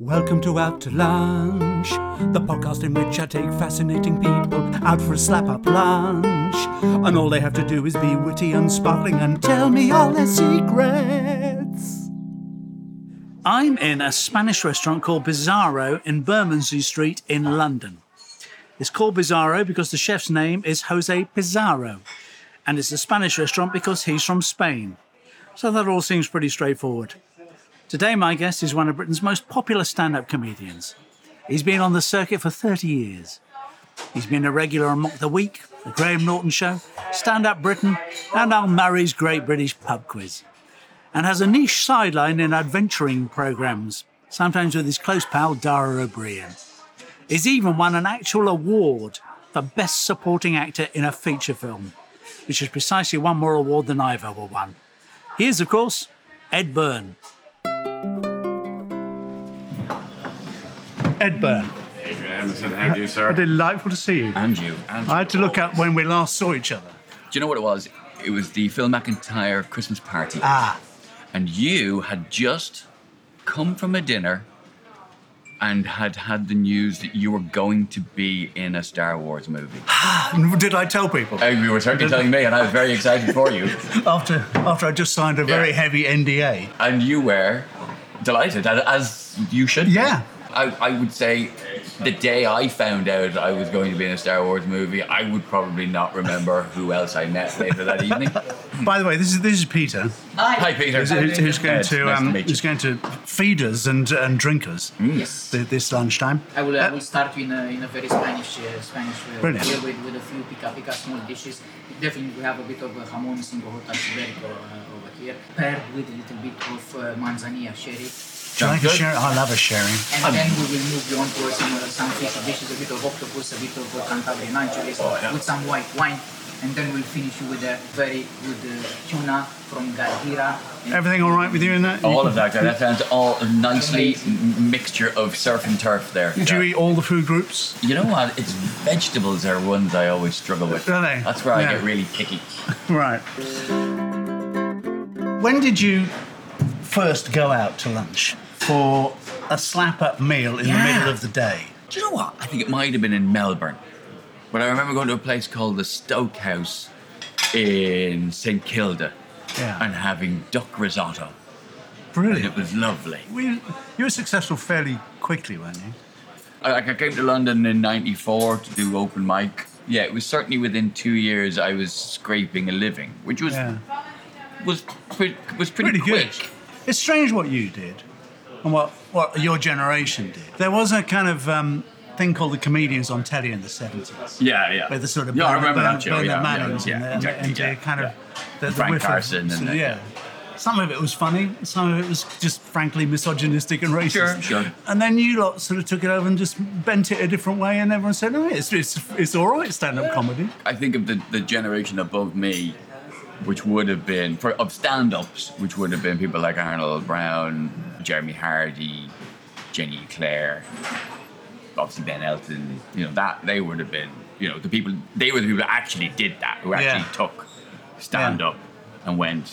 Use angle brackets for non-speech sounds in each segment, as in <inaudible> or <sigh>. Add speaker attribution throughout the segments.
Speaker 1: Welcome to Out to Lunch, the podcast in which I take fascinating people out for a slap up lunch. And all they have to do is be witty and sparkling and tell me all their secrets. I'm in a Spanish restaurant called Bizarro in Bermondsey Street in London. It's called Bizarro because the chef's name is Jose Pizarro, and it's a Spanish restaurant because he's from Spain. So that all seems pretty straightforward. Today, my guest is one of Britain's most popular stand up comedians. He's been on the circuit for 30 years. He's been a regular on Mock the Week, The Graham Norton Show, Stand Up Britain, and Al Murray's Great British Pub Quiz. And has a niche sideline in adventuring programmes, sometimes with his close pal Dara O'Brien. He's even won an actual award for Best Supporting Actor in a Feature Film, which is precisely one more award than I've ever won. He is, of course, Ed Byrne.
Speaker 2: Ed Byrne,
Speaker 3: Adrian Emerson, how do you, sir?
Speaker 2: delightful to see you.
Speaker 4: And you. And
Speaker 2: I had to look up when we last saw each other.
Speaker 4: Do you know what it was? It was the Phil McIntyre Christmas party.
Speaker 2: Ah,
Speaker 4: And you had just come from a dinner and had had the news that you were going to be in a Star
Speaker 2: <sighs>
Speaker 4: Wars movie.
Speaker 2: did I tell people
Speaker 4: Uh, you were certainly telling me, and I was very excited for you.
Speaker 2: after after I just signed a very heavy NDA?
Speaker 4: And you were delighted, a- as you should be.
Speaker 2: Yeah.
Speaker 4: I, I would say the day I found out I was going to be in a Star Wars movie, I would probably not remember who else I met later that evening.
Speaker 2: By the way, this is this is Peter,
Speaker 4: Hi, Peter.
Speaker 2: who's, who's- who's going
Speaker 4: Ed,
Speaker 2: to
Speaker 4: nice
Speaker 2: um,
Speaker 4: meet you.
Speaker 2: who's going to feed us and and drink us
Speaker 5: Yes.
Speaker 2: th- this lunchtime.
Speaker 5: Hmm? I will, uh, I will start in a, in a very Spanish uh, Spanish uh,
Speaker 2: Uh, Brilliant.
Speaker 5: way with, with a few pica pica small dishes. Definitely we have a bit of uh, jamón sin bojotas ibérico uh, over here, paired with a little bit of uh, manzanilla sherry.
Speaker 2: Do you like a
Speaker 4: good.
Speaker 2: sharing? I love a sharing.
Speaker 5: And then we will move on to some, uh, some fish dishes, a bit of octopus, a bit of uh, Cantabrian anchovies
Speaker 2: Oh,
Speaker 5: with some white wine. And then we'll finish with a very good uh, tuna from Gadira. And
Speaker 2: Everything all right with you in that?
Speaker 4: All of that. Guy. That sounds all a nicely m- mixture of surf and turf there.
Speaker 2: Did you eat all the food groups?
Speaker 4: You know what? It's vegetables are ones I always struggle with.
Speaker 2: Are they?
Speaker 4: That's where
Speaker 2: Yeah.
Speaker 4: I get really picky.
Speaker 2: Right. When did you first go out to lunch for a slap up meal in
Speaker 4: Yeah.
Speaker 2: the middle of the day?
Speaker 4: Do you know what? I think it might have been in Melbourne, but I remember going to a place called the Stoke House in St Kilda
Speaker 2: Yeah.
Speaker 4: and having duck risotto. And
Speaker 2: Brilliant.
Speaker 4: it was lovely.
Speaker 2: We, you were successful fairly quickly, weren't you?
Speaker 4: I- Like I came to London in '94 to do open mic. Yeah, it was certainly within two years I was scraping a living, which was
Speaker 2: Yeah.
Speaker 4: was pre- was pretty, quick.
Speaker 2: It's strange what you did and what, what your generation did. There was a kind of um, thing called the comedians on telly in the 70s.
Speaker 4: Yeah, yeah.
Speaker 2: Where the sort of
Speaker 4: yeah, I
Speaker 2: Bernard-
Speaker 4: remember
Speaker 2: Bernard-
Speaker 4: that show.
Speaker 2: Bernard
Speaker 4: Yeah,
Speaker 2: Mannings
Speaker 4: yeah,
Speaker 2: and
Speaker 4: yeah,
Speaker 2: the-
Speaker 4: exactly.
Speaker 2: and the
Speaker 4: yeah,
Speaker 2: kind
Speaker 4: yeah.
Speaker 2: of the, the
Speaker 4: Frank
Speaker 2: whiff of-
Speaker 4: Carson
Speaker 2: so,
Speaker 4: and that.
Speaker 2: yeah. Some of it was funny, some of it was just frankly misogynistic and racist.
Speaker 4: Sure, sure.
Speaker 2: And then you lot sort of took it over and just bent it a different way, and everyone said, "No, it's it's, it's all right, stand-up comedy."
Speaker 4: I think of the, the generation above me, which would have been for of stand-ups, which would have been people like Arnold Brown, Jeremy Hardy, Jenny Clare, obviously Ben Elton. You know that they would have been. You know the people. They were the people that actually did that. Who actually
Speaker 2: Yeah.
Speaker 4: took stand-up and went.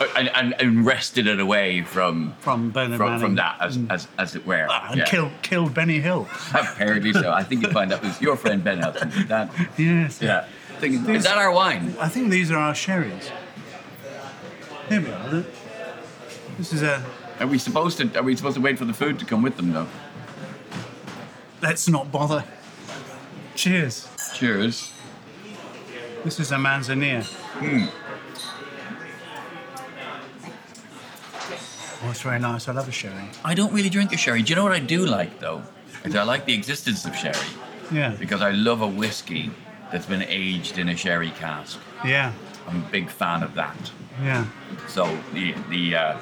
Speaker 4: uh, And, and, and wrested it away from
Speaker 2: From Bernard
Speaker 4: from, from
Speaker 2: Manning. Mm.
Speaker 4: that as, as as it were
Speaker 2: Ah, and
Speaker 4: Yeah.
Speaker 2: killed killed Benny Hill.
Speaker 4: Apparently so. I think you find out it was your friend Ben Elton did that.
Speaker 2: Yes.
Speaker 4: Yeah. Thinking, is that our wine?
Speaker 2: I think these are our sherries. Here we are. Look. This is a.
Speaker 4: Are we supposed to? Are we supposed to wait for the food to come with them though?
Speaker 2: Let's not bother. Cheers.
Speaker 4: Cheers.
Speaker 2: This is a manzanilla.
Speaker 4: Hmm.
Speaker 2: Oh, it's very nice. I love a sherry.
Speaker 4: I don't really drink a sherry. Do you know what I do like though? Is I like the existence of sherry
Speaker 2: Yeah.
Speaker 4: because I love a whiskey that's been aged in a sherry cask.
Speaker 2: Yeah.
Speaker 4: I'm a big fan of that.
Speaker 2: Yeah.
Speaker 4: So the the uh,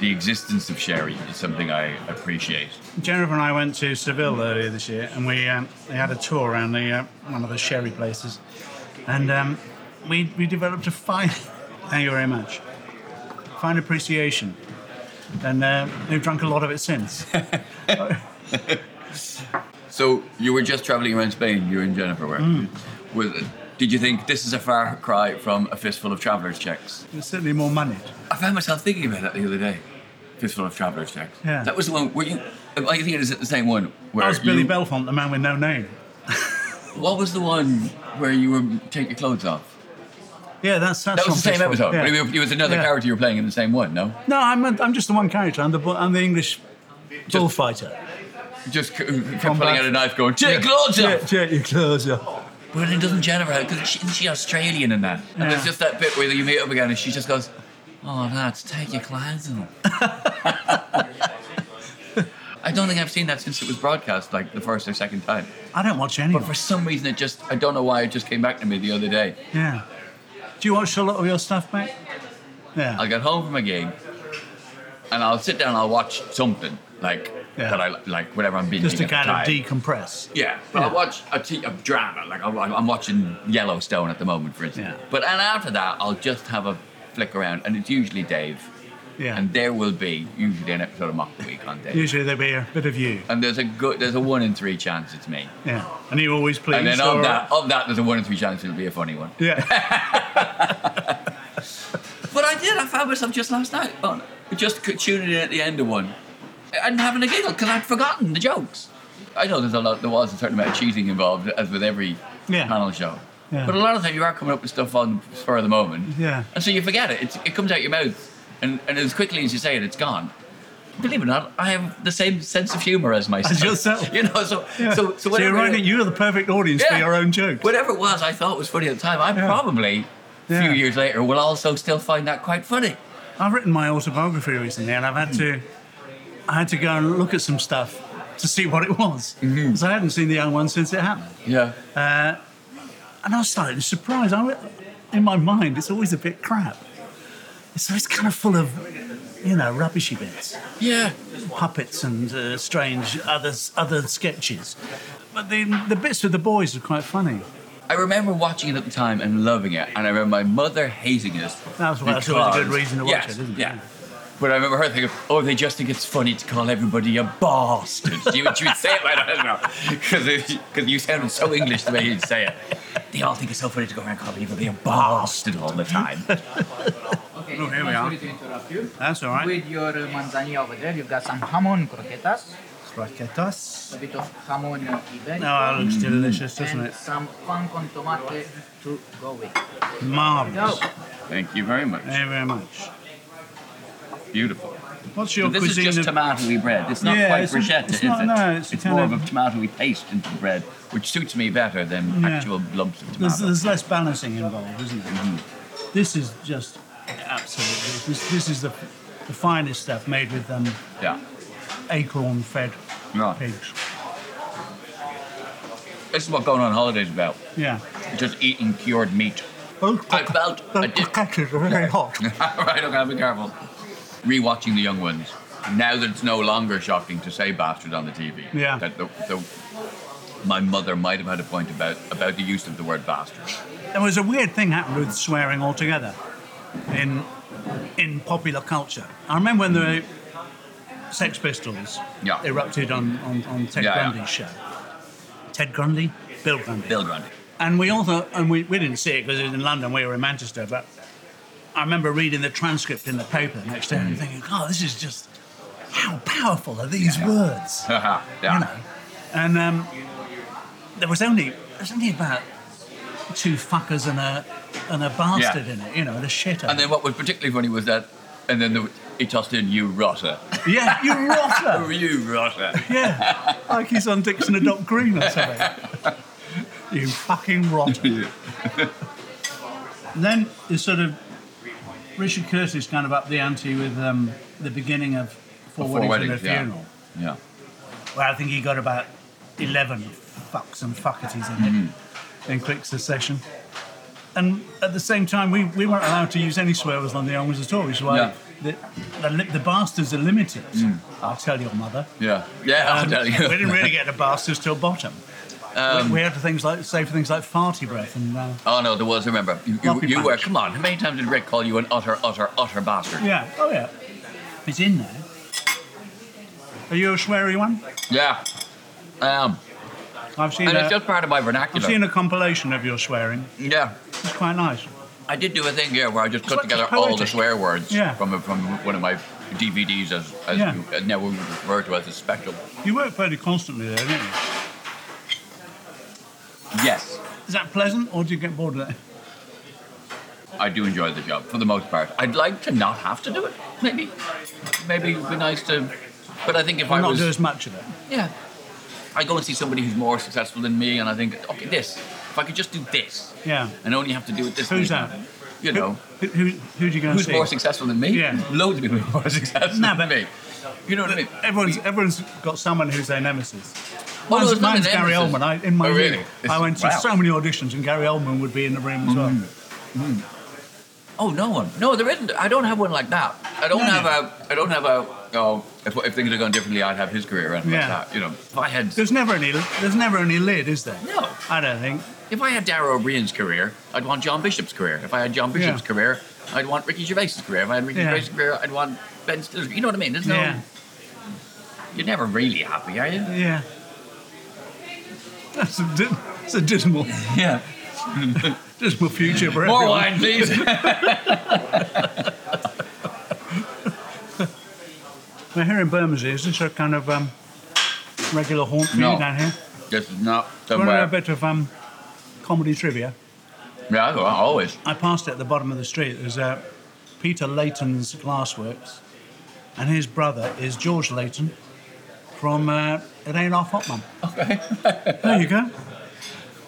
Speaker 4: the existence of sherry is something I appreciate.
Speaker 2: Jennifer and I went to Seville earlier this year, and we um, they had a tour around the uh, one of the sherry places, and um, we we developed a fine. <laughs> Thank you very much. Fine appreciation, and uh, we've drunk a lot of it
Speaker 4: <laughs>
Speaker 2: since.
Speaker 4: So you were just traveling around Spain. You and Jennifer were. Was, did you think this is a far cry from a fistful of travelers' checks?
Speaker 2: It's certainly more money.
Speaker 4: I found myself thinking about that the other day. Fistful of Travelers Checks.
Speaker 2: Yeah.
Speaker 4: That was the one where you. I think it was the same one. Where
Speaker 2: That was Billy
Speaker 4: you-
Speaker 2: Belfont, the man with no name.
Speaker 4: What was the one where you were take your clothes off?
Speaker 2: Yeah, that's that's
Speaker 4: That was
Speaker 2: on
Speaker 4: the same
Speaker 2: Fistful,
Speaker 4: episode.
Speaker 2: yeah.
Speaker 4: But it, was another
Speaker 2: Yeah.
Speaker 4: character you were playing in the same one, no?
Speaker 2: No, I'm, a, I'm just the one character. I'm the bu- I'm the English bullfighter.
Speaker 4: Just c- kept
Speaker 2: Come
Speaker 4: pulling
Speaker 2: back.
Speaker 4: out a knife, going, "Take your clothes
Speaker 2: Yeah,
Speaker 4: off."
Speaker 2: take your clothes off.
Speaker 4: But then doesn't Jennifer have? Because isn't she Australian in that? And
Speaker 2: Yeah.
Speaker 4: there's just that bit where you meet up again, and she just goes, "Oh, lads, take your clothes off." <laughs> I don't think I've seen that since it was broadcast, like the first or second time.
Speaker 2: I don't watch any.
Speaker 4: But for some reason, it just—I don't know why—it just came back to me the other day.
Speaker 2: Yeah. Do you watch a lot of your stuff, mate? Yeah.
Speaker 4: I'll get home from a gig, and I'll sit down. and I'll watch something like
Speaker 2: Yeah.
Speaker 4: that. I like whatever I'm binging.
Speaker 2: just to
Speaker 4: at the
Speaker 2: kind of
Speaker 4: time.
Speaker 2: decompress.
Speaker 4: Yeah, but I watch a, t- a drama. Like I'm, I'm watching Yellowstone at the moment, for instance.
Speaker 2: Yeah.
Speaker 4: But and after that, I'll just have a flick around, and it's usually Dave.
Speaker 2: Yeah.
Speaker 4: And there will be usually an episode of Mock the Week on Dave.
Speaker 2: Usually there'll be a bit of you.
Speaker 4: And there's a good, there's a one in three chance it's me.
Speaker 2: Yeah. And you always please.
Speaker 4: and then of
Speaker 2: or-
Speaker 4: that, of that, there's a one in three chance it'll be a funny one. <laughs>
Speaker 2: Yeah.
Speaker 4: But I did. I found myself just last night on just c- tuning in at the end of one and having a giggle because I'd forgotten the jokes. I know there's a lot. There was a certain amount of cheating involved, as with every
Speaker 2: Yeah.
Speaker 4: panel show.
Speaker 2: Yeah. Mm-hmm.
Speaker 4: But a lot of times you are coming up with stuff on the spur of the moment,
Speaker 2: Yeah.
Speaker 4: and so you forget it. It's, it comes out your mouth, and, and as quickly as you say it, it's gone. Believe it or not, I have the same sense of humour as myself. <laughs>
Speaker 2: yourself.
Speaker 4: you know. So
Speaker 2: Yeah.
Speaker 4: so so
Speaker 2: you're
Speaker 4: whatever.
Speaker 2: right. You're the perfect audience for
Speaker 4: Yeah.
Speaker 2: your own jokes.
Speaker 4: Whatever it was, I thought was funny at the time. I
Speaker 2: Yeah.
Speaker 4: probably. A
Speaker 2: Yeah.
Speaker 4: few years later, will also still find that quite funny.
Speaker 2: I've written my autobiography recently, and I've had to, I had to go and look at some stuff to see what it was,
Speaker 4: Mm-hmm.
Speaker 2: because I hadn't seen the young one since it happened.
Speaker 4: Yeah.
Speaker 2: And I was slightly surprised. I, wa- in my mind, it's always a bit crap. So it's kind of full of, you know, rubbishy bits,
Speaker 4: Yeah.
Speaker 2: puppets and uh, strange other other sketches. But the the bits with the boys are quite funny.
Speaker 4: I remember watching it at the time and loving it, and I remember my mother hating it.
Speaker 2: That was- that's always a good reason to watch
Speaker 4: yes,
Speaker 2: it, isn't it?
Speaker 4: Yeah. But I remember her thinking, oh, they just think it's funny to call everybody a bastard. she, would, she would say it like <laughs> that, because you sounded so English the way you'd say it. They all think it's so funny to go around calling everybody a bastard all the time.
Speaker 5: Okay,
Speaker 2: Oh, here we
Speaker 5: I'm
Speaker 2: are.
Speaker 5: sorry to interrupt you.
Speaker 2: That's all right.
Speaker 5: With your uh, manzanilla over there, you've got some jamon croquetas,
Speaker 2: Croquetas.
Speaker 5: a bit of jamon uh, iberico,
Speaker 2: Oh, it looks delicious, doesn't
Speaker 5: and
Speaker 2: it?
Speaker 5: some pan con tomate to go with.
Speaker 2: Marvelous.
Speaker 5: Go.
Speaker 4: Thank you very much.
Speaker 2: Thank you very much.
Speaker 4: Beautiful.
Speaker 2: What's your
Speaker 4: this is
Speaker 2: cuisine?
Speaker 4: just
Speaker 2: of-
Speaker 4: tomatoey bread. It's not
Speaker 2: Yeah,
Speaker 4: quite
Speaker 2: it's-
Speaker 4: bruschetta,
Speaker 2: it's
Speaker 4: is
Speaker 2: not-
Speaker 4: it?
Speaker 2: no, it's kind
Speaker 4: more
Speaker 2: of-
Speaker 4: of a tomatoey paste into the bread, which suits me better than
Speaker 2: Yeah.
Speaker 4: actual lumps of tomato.
Speaker 2: There's, there's less balancing involved, isn't there?
Speaker 4: Mm-hmm.
Speaker 2: This is just absolutely. This, this is the, the finest stuff made with um,
Speaker 4: yeah.
Speaker 2: acorn-fed
Speaker 4: Right.
Speaker 2: pigs.
Speaker 4: This is what going on holidays is about.
Speaker 2: Yeah.
Speaker 4: Just eating cured meat.
Speaker 2: Oh,
Speaker 4: I felt
Speaker 2: the
Speaker 4: I did-
Speaker 2: croquettes are very hot.
Speaker 4: <laughs> right, okay, be careful. Rewatching the young ones. Now that it's no longer shocking to say bastard on the TV.
Speaker 2: Yeah.
Speaker 4: That the, the, my mother might have had a point about about the use of the word bastard.
Speaker 2: There was a weird thing happened with swearing altogether in in popular culture. I remember when the Sex Pistols
Speaker 4: Yeah.
Speaker 2: erupted on, on, on Ted
Speaker 4: Yeah, yeah.
Speaker 2: Grundy's show. Ted Grundy? Bill Grundy.
Speaker 4: Bill <laughs> Grundy.
Speaker 2: And we all thought, and we, we didn't see it because it was in London, we were in Manchester, but I remember reading the transcript in the paper the next day and thinking, oh, this is just, how powerful are these words?
Speaker 4: yeah.
Speaker 2: you know. And um, there was only there was only about two fuckers and a and a bastard
Speaker 4: Yeah.
Speaker 2: in it, you know, the shit.
Speaker 4: And then what was particularly funny was that, and then the, he tossed in you rotter.
Speaker 2: yeah, you rotter.
Speaker 4: <laughs> you rotter.
Speaker 2: yeah, like he's on Dixon Adopt Green or something. you fucking
Speaker 4: <laughs>
Speaker 2: rotter. and then it's sort of Richard Curtis kind of up the ante with um, the beginning of Four,
Speaker 4: Four
Speaker 2: Weddings, and a
Speaker 4: Weddings, yeah.
Speaker 2: Funeral.
Speaker 4: Yeah.
Speaker 2: Well, I think he got about 11 fucks and fuckities in it
Speaker 4: Mm-hmm.
Speaker 2: in quick succession. And at the same time, we, we weren't allowed to use any swear words on the Youngs at all, which is why
Speaker 4: Yeah.
Speaker 2: the, the, li- the bastards are limited. I'll tell your mother.
Speaker 4: Yeah. Yeah, Mm. I'll
Speaker 2: Um,
Speaker 4: tell
Speaker 2: we
Speaker 4: you. Um,
Speaker 2: didn't really get the bastards till bottom. we, we had to things like say for things like farty breath and uh,
Speaker 4: Oh no, there was. I remember you, you,
Speaker 2: Lucky
Speaker 4: you were.
Speaker 2: bunch.
Speaker 4: Come on, how many times did Rick call you an utter, utter, utter bastard?
Speaker 2: yeah, oh yeah, it's in there. Are you a sweary one?
Speaker 4: Yeah. Um,
Speaker 2: I've seen
Speaker 4: and
Speaker 2: a,
Speaker 4: it's just part of my
Speaker 2: I've
Speaker 4: vernacular.
Speaker 2: seen a compilation of your swearing.
Speaker 4: yeah.
Speaker 2: It's quite nice.
Speaker 4: I did do a thing here where I just
Speaker 2: It's
Speaker 4: cut
Speaker 2: like
Speaker 4: together
Speaker 2: just
Speaker 4: all the
Speaker 2: poetic.
Speaker 4: swear words
Speaker 2: Yeah.
Speaker 4: from from one of my DVDs as, as
Speaker 2: Yeah.
Speaker 4: you- uh, now we would refer to as a spectrum.
Speaker 2: You work fairly constantly there, don't you?
Speaker 4: Yes,
Speaker 2: Is that pleasant, or do you get bored of that?
Speaker 4: I do enjoy the job for the most part. I'd like to not have to do it. Maybe, maybe it'd be nice to. But I think if I
Speaker 2: Not
Speaker 4: was
Speaker 2: do as much of it.
Speaker 4: Yeah. I go and see somebody who's more successful than me, and I think, okay, this. If I could just do this,
Speaker 2: Yeah.
Speaker 4: and only have to do it this.
Speaker 2: Who's
Speaker 4: many
Speaker 2: that?
Speaker 4: times, You know,
Speaker 2: Who, who, who do you go and
Speaker 4: who's
Speaker 2: see?
Speaker 4: more successful than me?
Speaker 2: Yeah.
Speaker 4: Loads of people who are more <laughs> successful
Speaker 2: No, but-
Speaker 4: than me. You know what I mean?
Speaker 2: Everyone's, everyone's got someone who's their nemesis.
Speaker 4: Well,
Speaker 2: Mine's,
Speaker 4: there's none
Speaker 2: mine's
Speaker 4: in
Speaker 2: Gary Oldman.
Speaker 4: Emerson's.
Speaker 2: I, in my
Speaker 4: Oh, really?
Speaker 2: youth,
Speaker 4: This
Speaker 2: I
Speaker 4: is-
Speaker 2: went to
Speaker 4: wow. Mm.
Speaker 2: so many auditions, and Gary Oldman would be in the room as well.
Speaker 4: Oh, no one. No, there isn't. I don't have one like that. I don't
Speaker 2: No, no.
Speaker 4: have a. I don't have a. Oh, if, if things had gone differently, I'd have his career and
Speaker 2: Yeah.
Speaker 4: like that. You know, if I had.
Speaker 2: There's never any. There's never any lid, is there?
Speaker 4: No.
Speaker 2: I don't think.
Speaker 4: If I had Darrow O'Brien's career, I'd want John Bishop's career. If I had John Bishop's
Speaker 2: Yeah.
Speaker 4: career, I'd want Ricky Gervais's career. If I had Ricky
Speaker 2: Yeah.
Speaker 4: Gervais's career, I'd want Ben Stiller's. You know what I mean? There's no.
Speaker 2: Yeah.
Speaker 4: You're never really happy,
Speaker 2: <laughs>
Speaker 4: are you?
Speaker 2: Yeah. That's a, di- that's a dismal,
Speaker 4: Yeah.
Speaker 2: dismal future for
Speaker 4: More
Speaker 2: everyone.
Speaker 4: wine, please. <laughs>
Speaker 2: Now here in Bermondsey, is this a kind of um, regular haunt for
Speaker 4: No.
Speaker 2: you down here?
Speaker 4: this is not
Speaker 2: Do you want to know a
Speaker 4: somewhere.
Speaker 2: bit of um, comedy trivia?
Speaker 4: Yeah, I go, always. <laughs>
Speaker 2: I passed it at the bottom of the street. There's uh, Peter Layton's Glassworks, and his brother is George Layton from uh, It Ain't Half Hot Mum. Okay. there you go.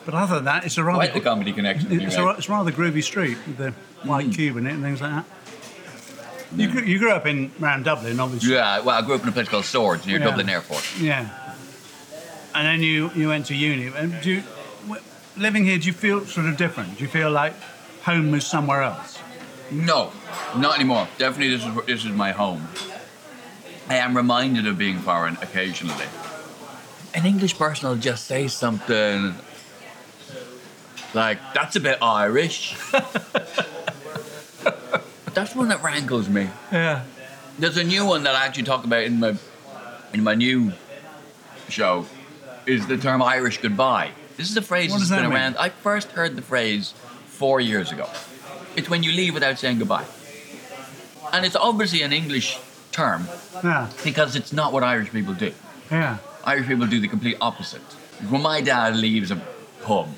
Speaker 2: But other than that, it's a rather
Speaker 4: Quite the comedy connection. you
Speaker 2: It's, a,
Speaker 4: make.
Speaker 2: it's rather groovy street with the white cube in it and things like that. You, grew, you grew up in around Dublin, obviously.
Speaker 4: Yeah, well, I grew up in a place called Swords near
Speaker 2: Yeah.
Speaker 4: Dublin Airport.
Speaker 2: Yeah. And then you, you went to uni. And do you, w- living here, do you feel sort of different? Do you feel like home was somewhere else?
Speaker 4: No, not anymore. Definitely, this is this is my home. I am reminded of being foreign occasionally. An English person will just say something like, "That's a bit Irish." <laughs> That's one that rankles me.
Speaker 2: Yeah.
Speaker 4: There's a new one that I actually talk about in my in my new show. Is the term Irish goodbye? This is a phrase
Speaker 2: What
Speaker 4: that's
Speaker 2: does that
Speaker 4: been
Speaker 2: mean?
Speaker 4: around. I first heard the phrase four years ago. It's when you leave without saying goodbye, and it's obviously an English term
Speaker 2: Yeah.
Speaker 4: because it's not what Irish people do.
Speaker 2: Yeah.
Speaker 4: Irish people do the complete opposite. When my dad leaves a pub,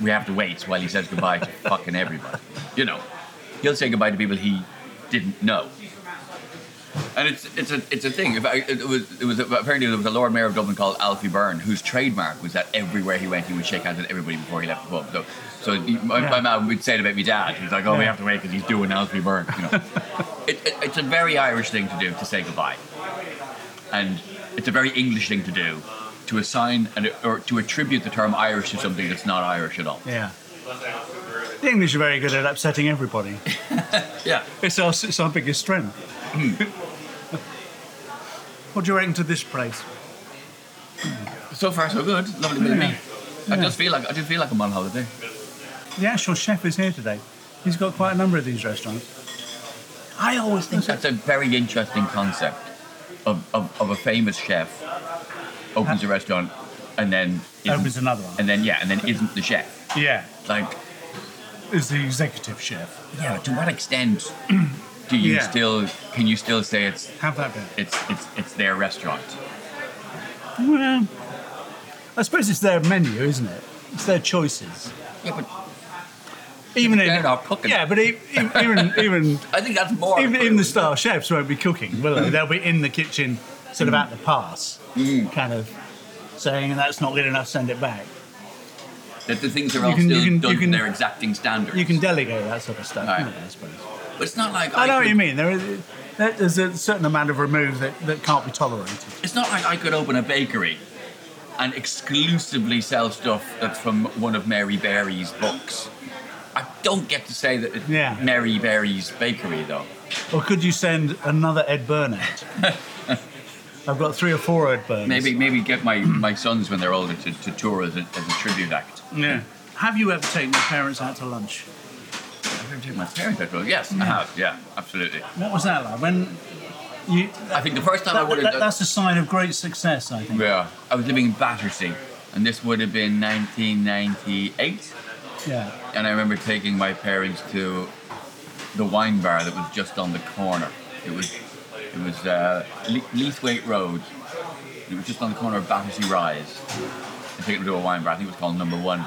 Speaker 4: we have to wait while he says goodbye to fucking everybody. You know, he'll say goodbye to people he didn't know. And it's it's a it's a thing. If I, it was it was apparently there was a Lord Mayor of Dublin called Alfie Byrne whose trademark was that everywhere he went he would shake hands with everybody before he left the pub. So so he, my,
Speaker 2: Yeah.
Speaker 4: my man would say it about me dad. He's like, oh, we have to wait because he's doing Alfie Byrne. You know, it, it, it's a very Irish thing to do to say goodbye and it's a very English thing to do to assign and or to attribute the term Irish to something that's not Irish at all.
Speaker 2: Yeah. The English are very good at upsetting everybody.
Speaker 4: Yeah.
Speaker 2: It's our, it's our biggest strength. what do you reckon to this place?
Speaker 4: So far, so good. Lovely bit of meat. I just feel like I do feel like I'm on holiday.
Speaker 2: The actual chef is here today. He's got quite a number of these restaurants.
Speaker 4: I always think that's a very interesting concept of, of, of a famous chef opens a restaurant and then isn't-
Speaker 2: Opens Oh, another one.
Speaker 4: and then yeah and then isn't the chef
Speaker 2: Yeah.
Speaker 4: like
Speaker 2: Is the executive chef.
Speaker 4: yeah to what <clears throat> extent do you
Speaker 2: Yeah.
Speaker 4: still can you still say it's
Speaker 2: Have that bit.
Speaker 4: it's it's it's their restaurant
Speaker 2: Well, um, I suppose it's their menu, isn't it? It's their choices.
Speaker 4: yeah but
Speaker 2: Even
Speaker 4: They're
Speaker 2: in,
Speaker 4: not cooking.
Speaker 2: Yeah, but e- e-
Speaker 4: <laughs>
Speaker 2: even even
Speaker 4: I think that's more
Speaker 2: even, even the star chefs won't be cooking, will they? They'll be in the kitchen, sort
Speaker 4: Mm.
Speaker 2: of at the pass, kind of saying that's not good enough, send it back.
Speaker 4: that the things are
Speaker 2: You
Speaker 4: all
Speaker 2: can-
Speaker 4: still
Speaker 2: you can-
Speaker 4: done
Speaker 2: you
Speaker 4: to
Speaker 2: can-
Speaker 4: their exacting standards.
Speaker 2: You can delegate that sort of stuff.
Speaker 4: Aye.
Speaker 2: can't you, I suppose.
Speaker 4: but it's not like
Speaker 2: I know what
Speaker 4: could,
Speaker 2: you mean. There is there- there's a certain amount of remove that, that can't be tolerated.
Speaker 4: It's not like I could open a bakery and exclusively sell stuff that's from one of Mary Berry's books. I don't get to say that it's
Speaker 2: Yeah.
Speaker 4: Mary Berry's bakery though.
Speaker 2: Or could you send another Ed Byrne
Speaker 4: <laughs>
Speaker 2: out? I've got three or four Ed Burns.
Speaker 4: Maybe maybe get my, my sons when they're older to, to tour as a, as a tribute act.
Speaker 2: Yeah. Have you ever taken your parents out to lunch?
Speaker 4: I've never taken my parents out. well, Yes, I have. Yeah, absolutely.
Speaker 2: What was that like? When you
Speaker 4: I think the first time I
Speaker 2: that,
Speaker 4: would have
Speaker 2: that- that's a sign of great success, I think.
Speaker 4: yeah, I was living in Battersea, and this would have been 1998.
Speaker 2: Yeah.
Speaker 4: and I remember taking my parents to the wine bar that was just on the corner. It was It was uh, Le- Leithwaite Road. It was just on the corner of Battersea Rise. I took him to a wine bar. I think it was called Number One.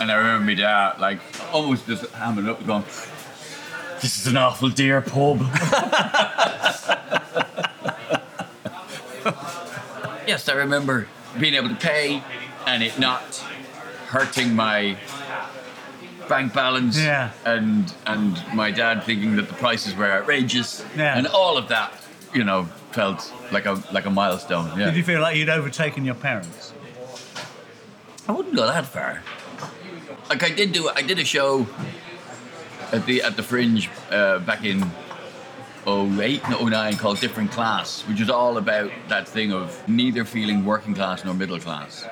Speaker 4: And I remember my dad, like, almost just hammering up, going, "This is an awful dear pub." <laughs> yes, I remember being able to pay and it not hurting my bank balance
Speaker 2: Yeah.
Speaker 4: and and my dad thinking that the prices were outrageous
Speaker 2: Yeah.
Speaker 4: and all of that you know felt like a like a milestone yeah
Speaker 2: Did you feel like you'd overtaken your parents?
Speaker 4: I wouldn't go that far. Like I did do, I did a show at the at the Fringe uh, back in 08, no 09 called Different Class, which is all about that thing of neither feeling working class nor middle class.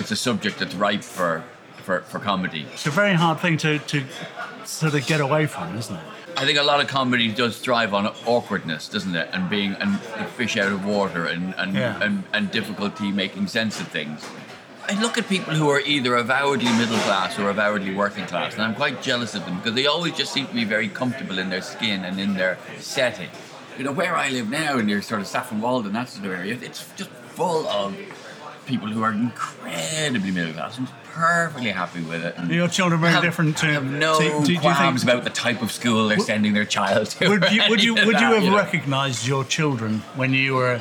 Speaker 4: It's a subject that's ripe for for, for comedy.
Speaker 2: It's a very hard thing to, to sort of get away from, isn't it?
Speaker 4: I think a lot of comedy does thrive on awkwardness, doesn't it? And being and the fish out of water and and,
Speaker 2: Yeah.
Speaker 4: and and difficulty making sense of things. I look at people who are either avowedly middle class or avowedly working class, and I'm quite jealous of them because they always just seem to be very comfortable in their skin and in their setting. You know, where I live now, in your sort of Saffron Walden, that sort of area, it's just full of people who are incredibly middle class and perfectly happy with it. and
Speaker 2: Your children were
Speaker 4: have-
Speaker 2: different to-
Speaker 4: have no
Speaker 2: to- do- do you
Speaker 4: qualms
Speaker 2: think-
Speaker 4: about the type of school they're sending their child
Speaker 2: <laughs>
Speaker 4: to.
Speaker 2: Would you,
Speaker 4: or <laughs>
Speaker 2: would you,
Speaker 4: any of
Speaker 2: would you
Speaker 4: that,
Speaker 2: have
Speaker 4: know.
Speaker 2: recognised your children when you were.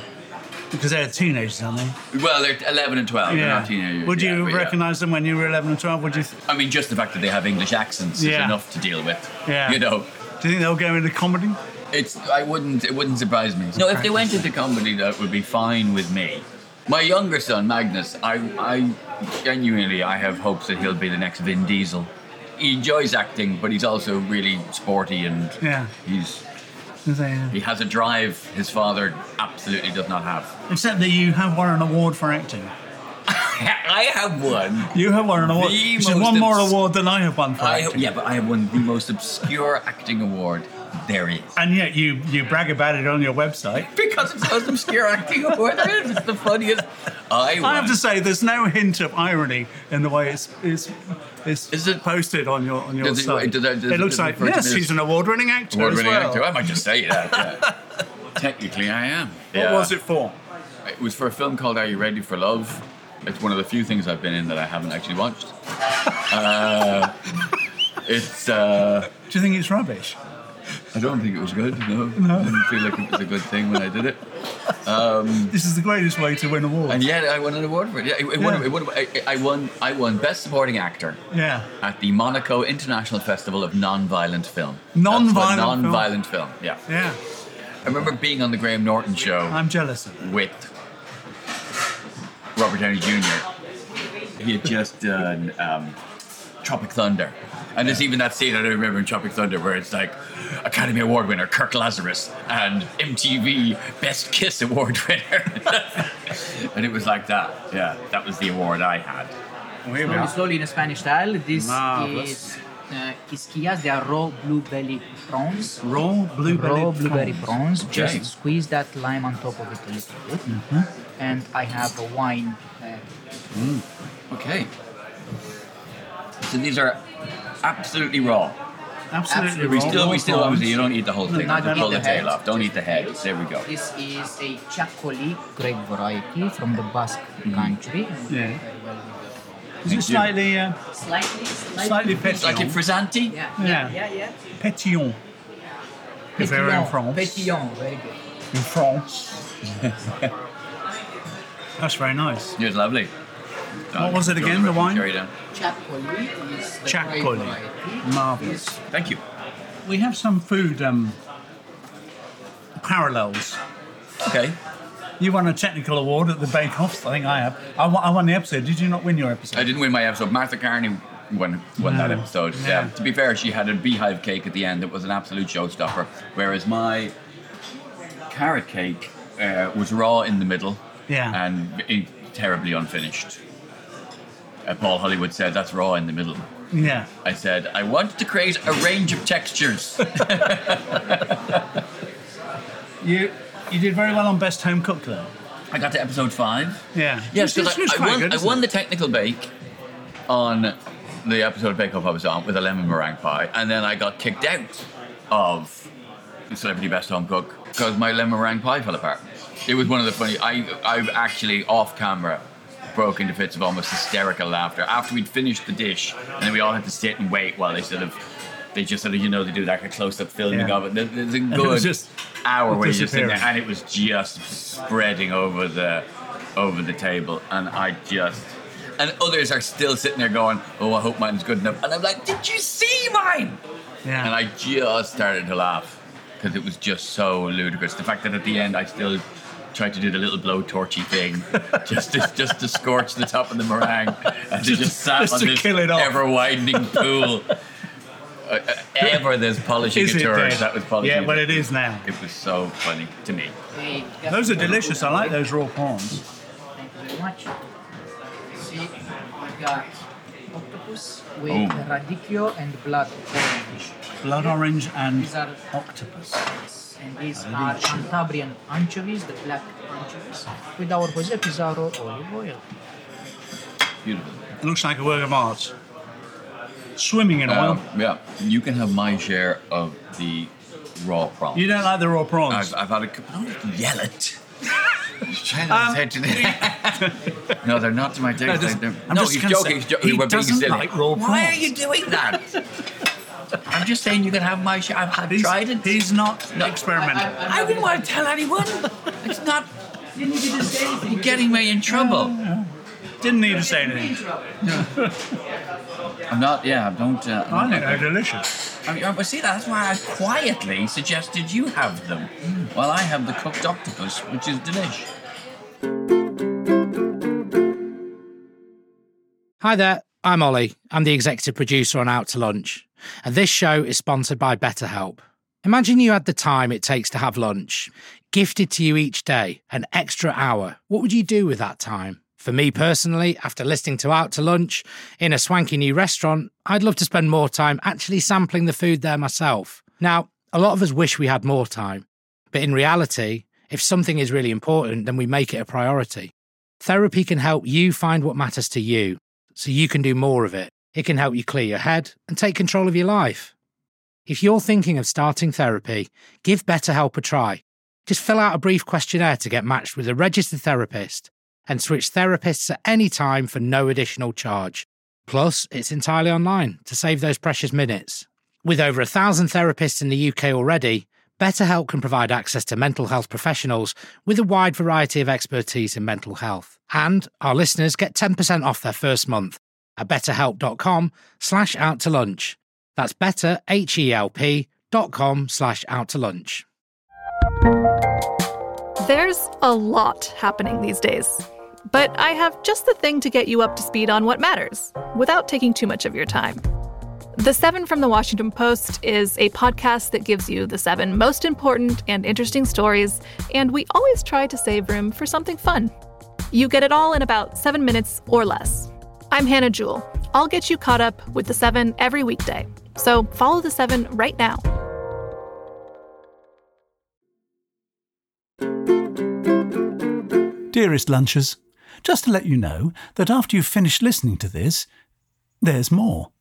Speaker 2: Because they're teenagers, aren't they?
Speaker 4: Well, they're 11 and 12. Oh, They're not teenagers.
Speaker 2: Would
Speaker 4: yeah,
Speaker 2: you
Speaker 4: but yeah.
Speaker 2: recognise them when you were 11 and 12? Would you. Th-
Speaker 4: I mean, just the fact that they have English accents
Speaker 2: Yeah.
Speaker 4: is enough to deal with.
Speaker 2: Yeah.
Speaker 4: You know,
Speaker 2: do you think they'll go into comedy?
Speaker 4: it's. I wouldn't. It wouldn't surprise me. No, if they went into comedy, that would be fine with me. My younger son, Magnus, I, I genuinely, I have hopes that he'll be the next Vin Diesel. He enjoys acting, but he's also really sporty and
Speaker 2: Yeah.
Speaker 4: he's
Speaker 2: Is they, uh,
Speaker 4: he has a drive his father absolutely does not have.
Speaker 2: Except that you have won an award for acting.
Speaker 4: <laughs> I have one.
Speaker 2: You have won an award.
Speaker 4: The
Speaker 2: Which is
Speaker 4: most
Speaker 2: one more
Speaker 4: obs-
Speaker 2: award than I have won for
Speaker 4: I
Speaker 2: acting.
Speaker 4: yeah, but I have won the most obscure acting award there is.
Speaker 2: And yet you, you brag about it on your website.
Speaker 4: <laughs> Because it's the most obscure acting award there is. It's the funniest. I, won.
Speaker 2: I have to say, there's no hint of irony in the way it's it's it's
Speaker 4: Is it-
Speaker 2: posted on your on your
Speaker 4: Does it-
Speaker 2: site.
Speaker 4: does that- does
Speaker 2: it looks
Speaker 4: it
Speaker 2: like
Speaker 4: refer to
Speaker 2: yes,
Speaker 4: me as-
Speaker 2: she's an award-winning actor.
Speaker 4: Award-winning
Speaker 2: as well.
Speaker 4: actor. I might just say that. <laughs> yeah. Technically, I am.
Speaker 2: What was it for?
Speaker 4: It was for a film called Are You Ready for Love? It's one of the few things I've been in that I haven't actually watched. <laughs> uh, it's. Uh,
Speaker 2: Do you think it's rubbish?
Speaker 4: I don't think it was good. No, no. I didn't feel like it was a good thing when I did it.
Speaker 2: This is the greatest way to win awards.
Speaker 4: And yet, I won an award for it. Yeah, it, it won,
Speaker 2: Yeah.
Speaker 4: it won, I, I won. I won best supporting actor.
Speaker 2: yeah,
Speaker 4: at the Monaco International Festival of Non-Violent Film.
Speaker 2: Non-violent
Speaker 4: That's what
Speaker 2: film.
Speaker 4: non-violent film. Yeah.
Speaker 2: yeah.
Speaker 4: I remember being on the Graham Norton show
Speaker 2: I'm jealous of it.
Speaker 4: with Robert Downey Jr. He had just done um, Tropic Thunder. And there's even that scene I remember in Tropic Thunder where it's like Academy Award winner Kirk Lazarus and MTV Best Kiss Award winner. <laughs> and it was like that. Yeah, that was the award I had.
Speaker 2: Here we
Speaker 5: Slowly,
Speaker 2: are.
Speaker 5: slowly in a Spanish style. This
Speaker 2: Marvelous.
Speaker 5: is uh, quisquillas. They are raw blueberry prawns.
Speaker 2: Raw blueberry.
Speaker 5: raw blueberry
Speaker 2: prawns.
Speaker 5: prawns.
Speaker 4: Okay.
Speaker 5: Just squeeze that lime on top of it a little bit.
Speaker 2: Mm-hmm.
Speaker 5: And I have a wine. Uh,
Speaker 4: Okay. So these are absolutely raw.
Speaker 2: Absolutely.
Speaker 5: Absolutely.
Speaker 4: We
Speaker 2: raw
Speaker 4: still, we still,
Speaker 2: prawns.
Speaker 4: obviously, you don't eat the whole thing.
Speaker 5: not
Speaker 4: Just
Speaker 5: eat
Speaker 4: pull
Speaker 5: the
Speaker 4: the tail
Speaker 5: head.
Speaker 4: off. Don't eat the head. There we go.
Speaker 5: this is a Chacoli grape variety from the Basque country.
Speaker 2: Yeah.
Speaker 5: Very well with
Speaker 2: Is it slightly uh,
Speaker 5: the- Slightly, slightly,
Speaker 2: slightly
Speaker 4: It's like in
Speaker 2: petillon?
Speaker 4: frizzanti.
Speaker 5: Yeah,
Speaker 2: Yeah.
Speaker 5: yeah, yeah, yeah.
Speaker 2: Petillon. If they were in
Speaker 5: Petillon,
Speaker 2: France.
Speaker 5: Petillon, very good.
Speaker 2: In France. <laughs> That's very nice.
Speaker 4: It was lovely. I'll
Speaker 2: was it
Speaker 4: enjoy
Speaker 2: again, the
Speaker 4: rest of
Speaker 2: wine?
Speaker 4: cherry down.
Speaker 5: Chacoli is the
Speaker 2: Chacoli.
Speaker 5: grape variety.
Speaker 2: Marvelous.
Speaker 5: It's
Speaker 4: Thank you.
Speaker 2: We have some food um, parallels.
Speaker 4: Okay.
Speaker 2: You won a technical award at the Bake Offs. I think I have. I won, I won the episode. Did you not win your episode?
Speaker 4: I didn't win my episode. Martha Carney won, won that
Speaker 2: No.
Speaker 4: episode.
Speaker 2: No.
Speaker 4: Yeah. To be fair, she had a beehive cake at the end that was an absolute showstopper, whereas my carrot cake uh, was raw in the middle
Speaker 2: Yeah.
Speaker 4: and i- terribly unfinished. Uh, Paul Hollywood said, that's raw in the middle.
Speaker 2: yeah.
Speaker 4: I said, I want to create a range
Speaker 2: <laughs>
Speaker 4: of textures.
Speaker 2: You you did very well on Best Home Cook though.
Speaker 4: I got to episode five.
Speaker 2: Yeah.
Speaker 4: Yes,
Speaker 2: It's- it's
Speaker 4: because I, I
Speaker 2: quite
Speaker 4: won,
Speaker 2: good,
Speaker 4: I
Speaker 2: isn't
Speaker 4: won
Speaker 2: it?
Speaker 4: the technical bake on the episode of Bake Off I was on with a lemon meringue pie, and then I got kicked out of the celebrity best home cook because my lemon meringue pie fell apart. It was one of the funny. I I've actually off camera broke into fits of almost hysterical laughter after we'd finished the dish and then we all had to sit and wait while they sort of they just sort of you know they do like a close up filming
Speaker 6: Yeah.
Speaker 4: of it. There- There's a
Speaker 6: it
Speaker 4: good
Speaker 6: was just
Speaker 4: hour where you just sitting there
Speaker 6: disappearing.
Speaker 4: and it was just spreading over the over the table and I just and others are still sitting there going, "Oh, I hope mine's good enough." And I'm like, "Did you see mine?"
Speaker 6: Yeah.
Speaker 4: And I just started to laugh because it was just so ludicrous. The fact that at the end I still tried to do the little blowtorchy
Speaker 6: <laughs>
Speaker 4: thing just to, just to scorch the top of the meringue and to just sat
Speaker 6: just
Speaker 4: on
Speaker 6: to
Speaker 4: this
Speaker 6: kill it off.
Speaker 4: ever widening
Speaker 6: <laughs>
Speaker 4: pool. Uh, uh, ever there's polishing
Speaker 6: Is
Speaker 4: a
Speaker 6: it
Speaker 4: tourist
Speaker 6: there?
Speaker 4: that was polishing.
Speaker 6: Yeah,
Speaker 4: a
Speaker 6: well, it
Speaker 4: turd.
Speaker 6: is now.
Speaker 4: It was so funny to me.
Speaker 5: Hey,
Speaker 6: Those are delicious. I like those raw prawns.
Speaker 5: Thank you very much. See, we got octopus with
Speaker 4: Oh.
Speaker 5: radicchio and blood orange.
Speaker 6: Blood orange and
Speaker 5: These are
Speaker 6: octopus.
Speaker 5: and these are Cantabrian anchovies, the black anchovies, with our Jose Pizarro olive oil.
Speaker 4: Beautiful.
Speaker 6: It looks like a work of art. Swimming in oil.
Speaker 4: Um, yeah, you can have my share of the raw prawns.
Speaker 6: You don't like the raw prawns?
Speaker 4: I've, I've had a couple. Don't yell it. China's head to the- <laughs> no, they're not to my taste.
Speaker 6: Um, No, just-
Speaker 4: they're-
Speaker 6: I'm
Speaker 4: no,
Speaker 6: just
Speaker 4: he's
Speaker 6: gonna
Speaker 4: joking.
Speaker 6: say,
Speaker 4: he's jo-
Speaker 6: he
Speaker 4: we're being
Speaker 6: doesn't
Speaker 4: silly.
Speaker 6: like raw
Speaker 4: Why are
Speaker 6: prawns.
Speaker 4: you doing that? I'm just saying you can have my share. I've had
Speaker 6: He's-
Speaker 4: tried it.
Speaker 6: He's not
Speaker 4: No.
Speaker 6: experimental.
Speaker 4: I wouldn't want to tell anyone. It's not
Speaker 5: You need to say anything.
Speaker 4: getting me in trouble.
Speaker 6: Didn't need to say anything.
Speaker 4: I'm not. Yeah, I don't. Uh,
Speaker 6: I think they're delicious.
Speaker 4: I mean, well, see, that's why I quietly suggested you have them. Well, I have the cooked octopus, which is delish.
Speaker 7: Hi there, I'm Ollie. I'm the executive producer on Out to Lunch, and this show is sponsored by BetterHelp. Imagine you had the time it takes to have lunch, gifted to you each day, an extra hour. What would you do with that time? For me personally, after listening to Out to Lunch in a swanky new restaurant, I'd love to spend more time actually sampling the food there myself. Now, a lot of us wish we had more time, but in reality, if something is really important, then we make it a priority. Therapy can help you find what matters to you so you can do more of it. It can help you clear your head and take control of your life. If you're thinking of starting therapy, give BetterHelp a try. Just fill out a brief questionnaire to get matched with a registered therapist and switch therapists at any time for no additional charge. Plus, it's entirely online to save those precious minutes. With over a thousand therapists in the UK already, BetterHelp can provide access to mental health professionals with a wide variety of expertise in mental health. And our listeners get 10% off their first month at betterhelp.com slash out to lunch. That's better, H-E-L-P dot com slash out to lunch.
Speaker 8: There's a lot happening these days, but I have just the thing to get you up to speed on what matters without taking too much of your time. The Seven from the Washington Post is a podcast that gives you the seven most important and interesting stories, and we always try to save room for something fun. You get it all in about seven minutes or less. I'm Hannah Jewell. I'll get you caught up with the seven every weekday. So follow the seven right now.
Speaker 2: Dearest lunchers, just to let you know that after you've finished listening to this, there's more.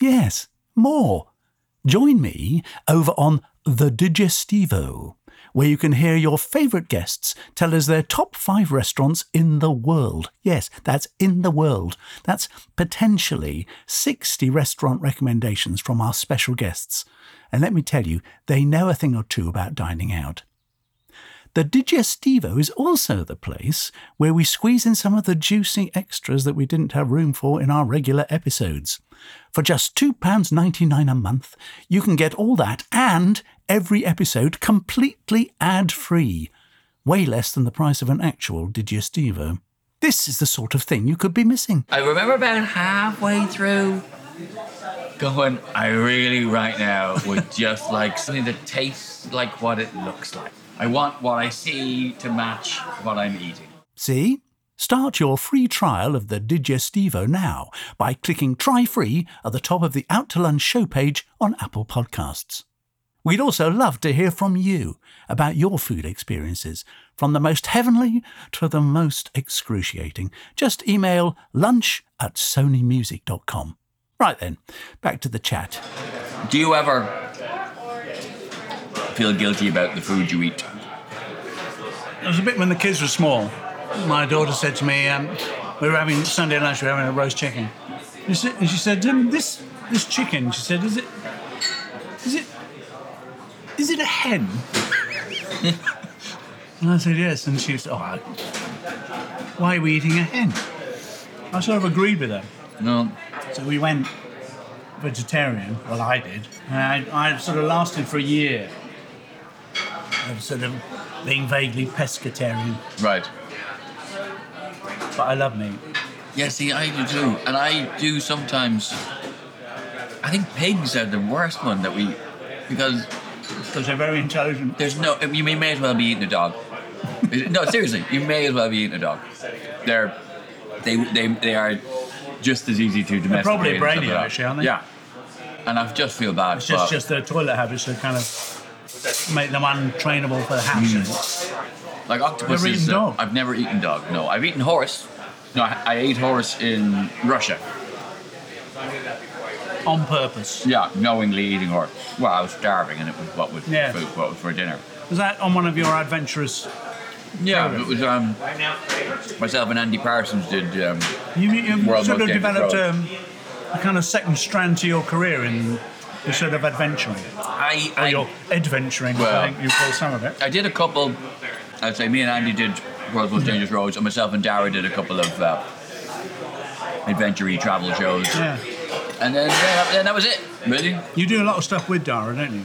Speaker 2: Yes, more. Join me over on The Digestivo, where you can hear your favourite guests tell us their top five restaurants in the world. Yes, that's in the world. That's potentially 60 restaurant recommendations from our special guests. And let me tell you, they know a thing or two about dining out. The Digestivo is also the place where we squeeze in some of the juicy extras that we didn't have room for in our regular episodes. For just £2.99 a month, you can get all that and every episode completely ad free. Way less than the price of an actual Digestivo. This is the sort of thing you could be missing.
Speaker 4: I remember about halfway through going, I really right now <laughs> would just like something that tastes like what it looks like. I want what I see to match what I'm eating.
Speaker 2: See? Start your free trial of the Digestivo now by clicking Try Free at the top of the Out to Lunch show page on Apple Podcasts. We'd also love to hear from you about your food experiences, from the most heavenly to the most excruciating. Just email lunch at sonymusic.com. Right then, back to the chat.
Speaker 4: Do you ever feel guilty about the food you eat.
Speaker 2: It was a bit when the kids were small. My daughter said to me, um, we were having Sunday lunch, we were having a roast chicken. And she said, and she said um, this, this chicken, she said, is it, is it, is it a hen? <laughs> and I said, yes. And she said, oh, I- why are we eating a hen? I sort of agreed with her.
Speaker 4: No,
Speaker 2: So we went vegetarian. Well, I did. And I, I sort of lasted for a year of sort of being vaguely pescatarian.
Speaker 4: right.
Speaker 2: But I love meat.
Speaker 4: Yeah, see, I do too, and I do sometimes. I think pigs are the worst one that we, because
Speaker 2: because they're very intelligent.
Speaker 4: There's no. You may, may as well be eating a dog. no, seriously, you may as well be eating a dog. They're they they they are just as easy to domesticate.
Speaker 2: probably
Speaker 4: as a
Speaker 2: brainiac,
Speaker 4: dog.
Speaker 2: actually, aren't they?
Speaker 4: Yeah. And I just feel bad.
Speaker 2: It's just,
Speaker 4: but-
Speaker 2: just their toilet habits that kind of make them untrainable for the hamsters.
Speaker 4: like octopus.
Speaker 2: Never
Speaker 4: is,
Speaker 2: eaten
Speaker 4: uh,
Speaker 2: dog.
Speaker 4: I've never eaten dog. No, I've eaten horse. No, I, I ate horse in Russia. Hmm.
Speaker 2: on purpose.
Speaker 4: Yeah, knowingly eating horse. Well, I was starving, and it was what was
Speaker 2: Yeah.
Speaker 4: food, what was for dinner.
Speaker 2: Was that on one of your adventurous?
Speaker 4: Yeah, it was. Um, myself and Andy Parsons did. Um,
Speaker 2: You, you
Speaker 4: World
Speaker 2: sort
Speaker 4: Most
Speaker 2: of
Speaker 4: Dangerous
Speaker 2: developed
Speaker 4: Road.
Speaker 2: um, a kind of second strand to your career in the sort of adventuring,
Speaker 4: I,
Speaker 2: or
Speaker 4: I
Speaker 2: your adventuring,
Speaker 4: Well-
Speaker 2: I think you call some of it.
Speaker 4: I did a couple. I'd say me and Andy did World's Most Dangerous Roads, and myself and Dara did a couple of uh, adventure travel shows,
Speaker 2: Yeah.
Speaker 4: and then yeah, that, then that was it. Really?
Speaker 2: You do a lot of stuff with Dara, don't you?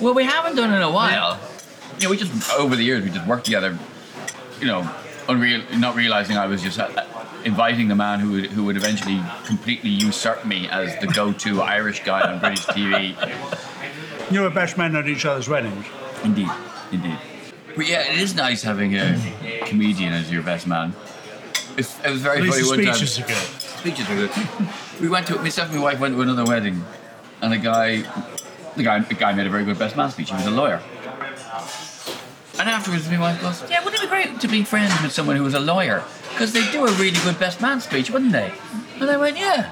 Speaker 4: Well, we haven't done it in a while. Yeah, we just over the years we just worked together. You know, unreal, not realizing I was just uh, inviting the man who would, who would eventually completely usurp me as the go-to Irish guy on British TV.
Speaker 2: You were best men at each other's weddings.
Speaker 4: Indeed, indeed. But yeah, it is nice having a comedian as your best man. It's, it was very
Speaker 2: At least the
Speaker 4: funny one
Speaker 2: speeches
Speaker 4: time.
Speaker 2: are good.
Speaker 4: Speeches were good. we went to myself and my wife went to another wedding, and a guy, the guy, the guy made a very good best man speech. He was a lawyer. And afterwards, my wife goes, "Yeah, wouldn't it be great to be friends with someone who was a lawyer? Because they do a really good best man speech, wouldn't they?" And I went, "Yeah,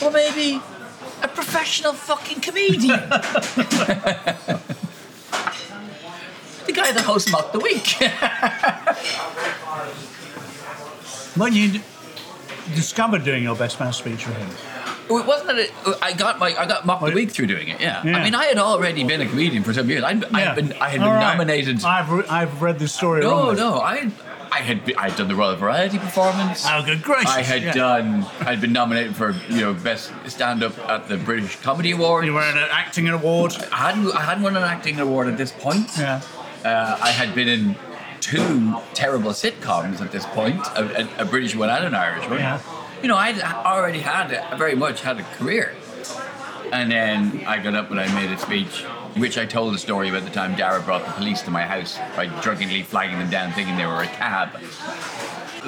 Speaker 4: or maybe a professional fucking comedian." <laughs> the guy that hosts Mock the Week. <laughs>
Speaker 2: When you d- discovered doing your best man speech with him,
Speaker 4: Well, It wasn't that it, I got my I got mocked
Speaker 2: Oh,
Speaker 4: the
Speaker 2: yeah.
Speaker 4: week through doing it. Yeah.
Speaker 2: Yeah.
Speaker 4: I mean, I had already been a comedian for some years. I'd,
Speaker 2: Yeah.
Speaker 4: I'd been I had
Speaker 2: All
Speaker 4: been
Speaker 2: right.
Speaker 4: nominated.
Speaker 2: I've, re- I've read this story
Speaker 4: no,
Speaker 2: wrong.
Speaker 4: no, I I had be- I had done the Royal Variety performance.
Speaker 2: Oh, good gracious.
Speaker 4: I had uh,
Speaker 2: yeah.
Speaker 4: done. I'd been nominated for you know best stand up at the British Comedy Award.
Speaker 2: You were at an acting award.
Speaker 4: I hadn't I hadn't won an acting award at this point.
Speaker 2: Yeah.
Speaker 4: Uh, I had been in two terrible sitcoms at this point, a, a, a British one and an Irish one.
Speaker 2: Yeah.
Speaker 4: You know, I'd already had a, very much had a career. And then I got up and I made a speech, which I told the story about the time Dara brought the police to my house by drunkenly flagging them down, thinking they were a cab.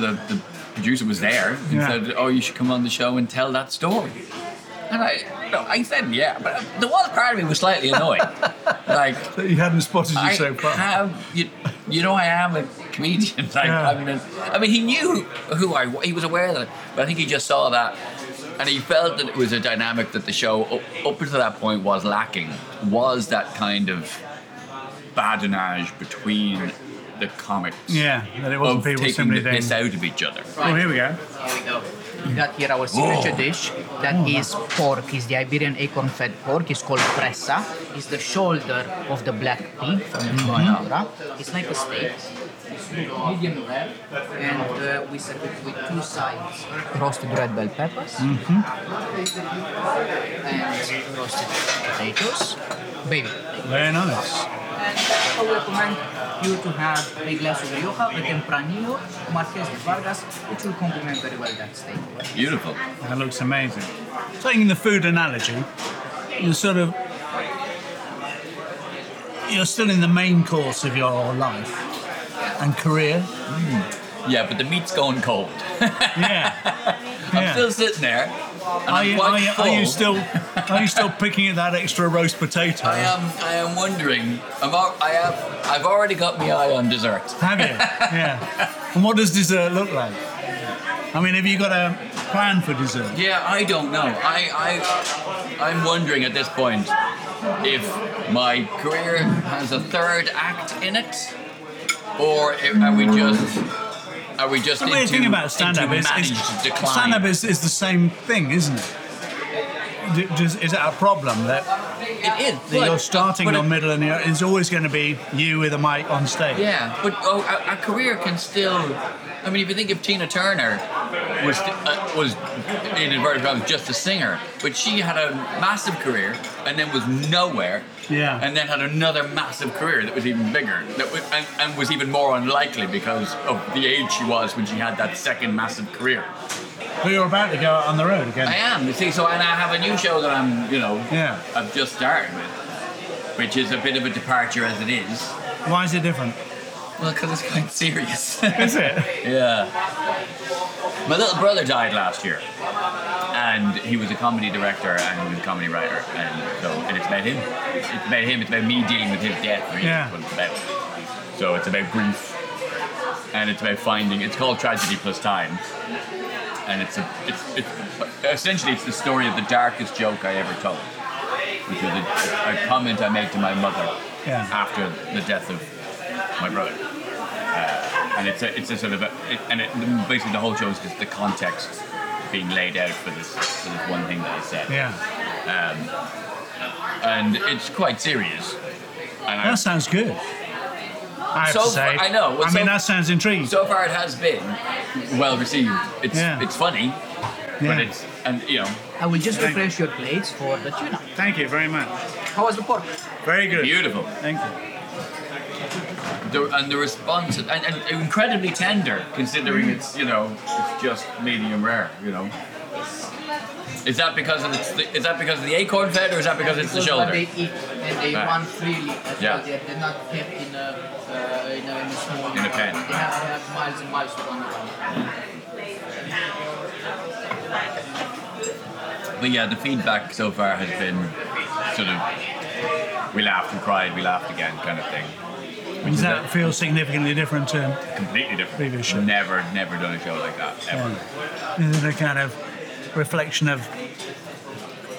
Speaker 4: The, the producer was there and
Speaker 2: Yeah.
Speaker 4: said, "Oh, you should come on the show and tell that story." And I, no, I said, "Yeah," but the one part of me was slightly
Speaker 2: <laughs>
Speaker 4: annoyed, like.
Speaker 2: That you hadn't spotted you
Speaker 4: I
Speaker 2: so far.
Speaker 4: have, you, you know, I am a comedian. <laughs> Like,
Speaker 2: Yeah.
Speaker 4: I, mean, I mean, he knew who I wa- he was aware that, but I think he just saw that, and he felt that it was a dynamic that the show up, up until that point was lacking. Was that kind of badinage between the comics?
Speaker 2: Yeah, that it wasn't
Speaker 4: of
Speaker 2: people
Speaker 4: taking
Speaker 2: simply
Speaker 4: the
Speaker 2: doing.
Speaker 4: piss out of each other.
Speaker 2: Oh, here we go.
Speaker 5: Here we go. We got here our signature dish that is pork. It's the Iberian acorn fed pork. It's called pressa. It's the shoulder of the black pig from the Cornadura. It's like a steak. It's Medium rare, and uh, we serve it with two sides: roasted red bell peppers and roasted potatoes. Baby,
Speaker 2: Very nice.
Speaker 5: I would recommend you to have a glass of Rioja, a Tempranillo, Marques de Vargas, which will complement very well that steak.
Speaker 4: Beautiful.
Speaker 2: That looks amazing. Taking the food analogy, you're sort of you're still in the main course of your life and career.
Speaker 4: Yeah, but the meat's going cold. <laughs>
Speaker 2: Yeah.
Speaker 4: I'm
Speaker 2: Yeah.
Speaker 4: still sitting there. And
Speaker 2: Are
Speaker 4: I'm
Speaker 2: you,
Speaker 4: quite
Speaker 2: are, you,
Speaker 4: full.
Speaker 2: are you still are
Speaker 4: <laughs>
Speaker 2: you still picking at that extra roast potato?
Speaker 4: I am. I am wondering. I'm. al- I have. I've already got my eye on dessert.
Speaker 2: Have you? Yeah. And what does dessert look like? I mean, have you got a plan for dessert?
Speaker 4: Yeah, I don't know. I. I. I'm wondering at this point if my career has a third act in it, or are we just are we just
Speaker 2: The
Speaker 4: into,
Speaker 2: weird thing about stand up
Speaker 4: into
Speaker 2: is, is
Speaker 4: managed decline?
Speaker 2: stand up is, is the same thing, isn't it? D- does- is that a problem that,
Speaker 4: it is.
Speaker 2: that
Speaker 4: but-
Speaker 2: you're starting
Speaker 4: but
Speaker 2: your
Speaker 4: it-
Speaker 2: middle and you're, it's always going to be you with a mic on stage?
Speaker 4: Yeah, but oh, a, a career can still. I mean, if you think of Tina Turner, was uh, was in inverted commas just a singer, but she had a massive career and then was nowhere.
Speaker 2: Yeah.
Speaker 4: And then had another massive career that was even bigger, that was, and, and was even more unlikely because of the age she was when she had that second massive career.
Speaker 2: But you're about to go out on the road again.
Speaker 4: I am. You see, so and I have a new show that I'm, you know,
Speaker 2: Yeah.
Speaker 4: I've just started with, which is a bit of a departure as it is.
Speaker 2: Why is it different?
Speaker 4: Well, because it's quite serious. <laughs>
Speaker 2: Is it?
Speaker 4: Yeah. My little brother died last year, and he was a comedy director and he was a comedy writer, and so and it's about him. It's about him. It's about me dealing with his death. Really,
Speaker 2: Yeah.
Speaker 4: is what it's about. So it's about grief, and it's about finding. It's called tragedy plus time, and it's a. It's, it's essentially it's the story of the darkest joke I ever told, which was a, a comment I made to my mother
Speaker 2: Yeah.
Speaker 4: after the death of my brother and it's a, it's a sort of a, it, and it, basically the whole show is just the context being laid out for this for this one thing that I said,
Speaker 2: Yeah.
Speaker 4: and it's quite serious. And I,
Speaker 2: That sounds good. I have to
Speaker 4: So far-
Speaker 2: say.
Speaker 4: I know, well,
Speaker 2: I mean,
Speaker 4: so-
Speaker 2: that sounds intriguing.
Speaker 4: so far, it has been well received. It's
Speaker 2: Yeah.
Speaker 4: it's funny,
Speaker 2: Yeah.
Speaker 4: but it's and you know
Speaker 5: I will just refresh your plates for the tuna.
Speaker 2: Thank you very much.
Speaker 5: How was the pork?
Speaker 2: Very good.
Speaker 4: beautiful.
Speaker 2: Thank you.
Speaker 4: The, and the response and, and incredibly tender, considering
Speaker 2: Mm.
Speaker 4: it's you know it's just medium rare. You know, is that because of the, is that because of the acorn fed or is that because it's the
Speaker 5: Because what
Speaker 4: shoulder?
Speaker 5: they eat and they
Speaker 4: Right.
Speaker 5: run freely as
Speaker 4: Yeah.
Speaker 5: well. They're, they're not kept in a, uh, in a, in a small
Speaker 4: In a pen,
Speaker 5: They
Speaker 4: right.
Speaker 5: have, they have miles and miles to run around.
Speaker 4: But yeah, the feedback so far has been sort of we laughed and cried, we laughed again kind of thing. Which
Speaker 2: Does
Speaker 4: is
Speaker 2: that feel significantly different to
Speaker 4: a completely different.
Speaker 2: Previous show.
Speaker 4: Never, never done a show like that ever.
Speaker 2: is it a kind of reflection of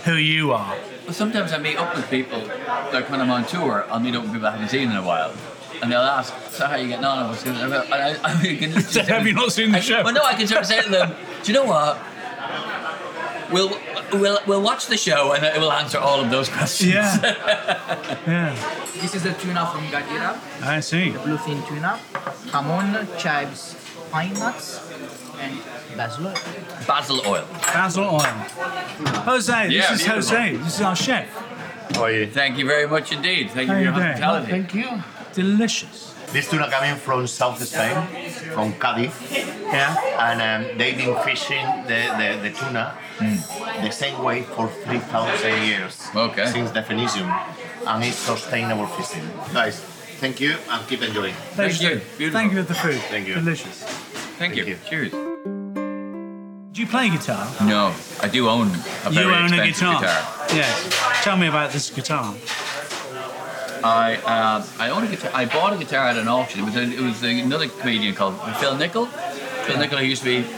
Speaker 2: who you are?
Speaker 4: But sometimes I meet up with people, like when I'm on tour, I'll meet up with people I haven't seen in a while. And they'll ask, so how are you getting on? I was gonna, and I, I, I
Speaker 2: <laughs>
Speaker 4: can just
Speaker 2: So
Speaker 4: say
Speaker 2: have
Speaker 4: to-
Speaker 2: you not seen the
Speaker 4: I-
Speaker 2: show?
Speaker 4: <laughs> Well, no, I can sort of say to them, do you know what? We'll, we'll, we'll watch the show and it will answer all of those questions.
Speaker 2: Yeah. yeah.
Speaker 5: This is the tuna from Gadira,
Speaker 2: I see.
Speaker 5: the bluefin tuna, jamon, chives, pine nuts, and basil. oil.
Speaker 4: <laughs> Basil oil.
Speaker 2: Basil oil. Jose,
Speaker 4: Yeah,
Speaker 2: this is
Speaker 4: beautiful.
Speaker 2: Jose. This is our chef.
Speaker 9: How are you?
Speaker 4: Thank you very much indeed. Thank you
Speaker 2: How
Speaker 4: for your
Speaker 2: you doing?
Speaker 4: hospitality.
Speaker 5: Thank you.
Speaker 2: Delicious.
Speaker 9: This tuna coming from South Spain, from Cadiz,
Speaker 2: Yeah.
Speaker 9: and um, they've been fishing the, the, the tuna the same way for 3,000 years.
Speaker 4: Okay.
Speaker 9: Since the Phoenician. And it's sustainable fishing. Guys, thank you and keep enjoying.
Speaker 4: Thank you. Beautiful.
Speaker 2: Thank you for the food.
Speaker 9: Thank you.
Speaker 2: Delicious.
Speaker 4: Thank, you.
Speaker 9: you.
Speaker 4: Cheers.
Speaker 2: Do you play guitar?
Speaker 4: No, I do own a very
Speaker 2: you own a
Speaker 4: expensive
Speaker 2: guitar. Yes. Tell me about this guitar.
Speaker 4: I uh, I own a guitar. I bought a guitar at an auction. It was, a, it was another comedian called Phil Nickel. Phil Nickel, who used to be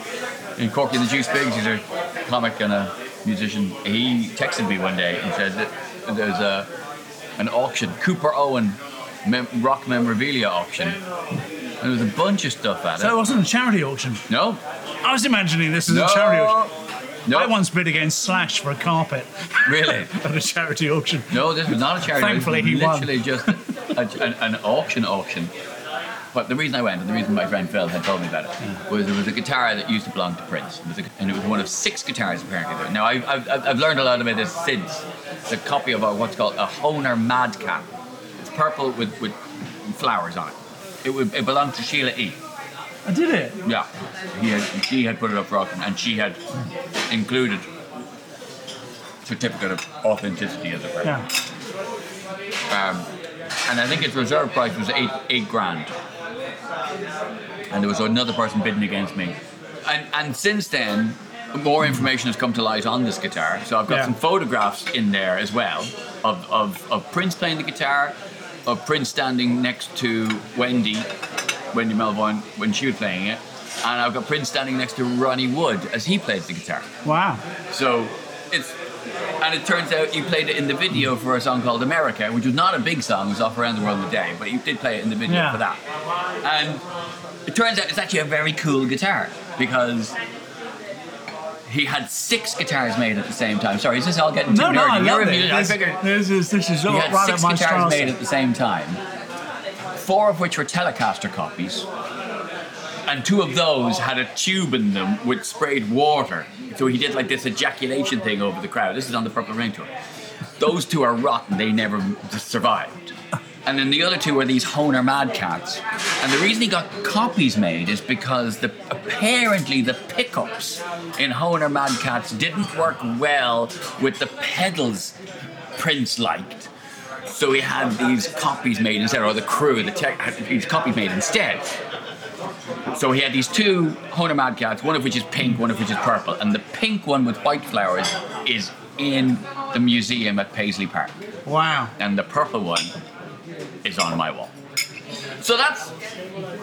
Speaker 4: in Corky and the Juice Pigs. He's a comic and a musician. He texted me one day and said that there's a an auction, Cooper Owen mem- rock memorabilia auction. And there was a bunch of stuff at it.
Speaker 2: So it wasn't a charity auction.
Speaker 4: no,
Speaker 2: I was imagining this as
Speaker 4: no,
Speaker 2: a charity auction.
Speaker 4: no,
Speaker 2: I once bid against Slash for a carpet <laughs>
Speaker 4: really.
Speaker 2: at a charity auction.
Speaker 4: No, this was not a charity.
Speaker 2: Thankfully, he
Speaker 4: it
Speaker 2: won.
Speaker 4: was literally just a, an, an auction auction. But the reason I went, and the reason my friend Phil had told me about it, was there was a guitar that used to belong to Prince, it was a, and it was one of six guitars apparently. Now I've, I've, I've learned a lot about this since. It's a copy of a, what's called a Honer Madcap. It's purple with, with flowers on it. It, would, it belonged to Sheila E.
Speaker 2: I Oh, did it.
Speaker 4: Yeah, he had, she had put it up for auction, and she had included certificate of authenticity as a person.
Speaker 2: Yeah.
Speaker 4: and I think its reserve price was eight eight grand. And there was another person bidding against me. And and since then, more information has come to light on this guitar. So I've got
Speaker 2: Yeah.
Speaker 4: some photographs in there as well of, of, of Prince playing the guitar, of Prince standing next to Wendy, Wendy Melvoin when she was playing it. And I've got Prince standing next to Ronnie Wood as he plays the guitar.
Speaker 2: Wow.
Speaker 4: So it's And it turns out you played it in the video for a song called America, which was not a big song, it was off Around the World in a Day, but you did play it in the video
Speaker 2: Yeah.
Speaker 4: for that. And it turns out it's actually a very cool guitar because he had six guitars made at the same time. Sorry, is this all getting too
Speaker 2: No, no,
Speaker 4: nerdy?
Speaker 2: I
Speaker 4: You're
Speaker 2: love it.
Speaker 4: a musician, I
Speaker 2: This,
Speaker 4: figured
Speaker 2: this is this is all
Speaker 4: he
Speaker 2: right
Speaker 4: had six
Speaker 2: up my
Speaker 4: guitars made
Speaker 2: strata.
Speaker 4: at the same time, four of which were Telecaster copies, and two of those had a tube in them which sprayed water. So he did like this ejaculation thing over the crowd. This is on the Purple Rain tour. Those two are rotten. They never survived. And then the other two were these Honer Mad Cats. And the reason he got copies made is because the apparently the pickups in Honer Mad Cats didn't work well with the pedals Prince liked. So he had these copies made instead, or the crew, the tech, had these copies made instead. So he had these two Honer Mad Cats, one of which is pink, one of which is purple. And the pink one with white flowers is in the museum at Paisley Park.
Speaker 2: Wow.
Speaker 4: And the purple one is on my wall. So that's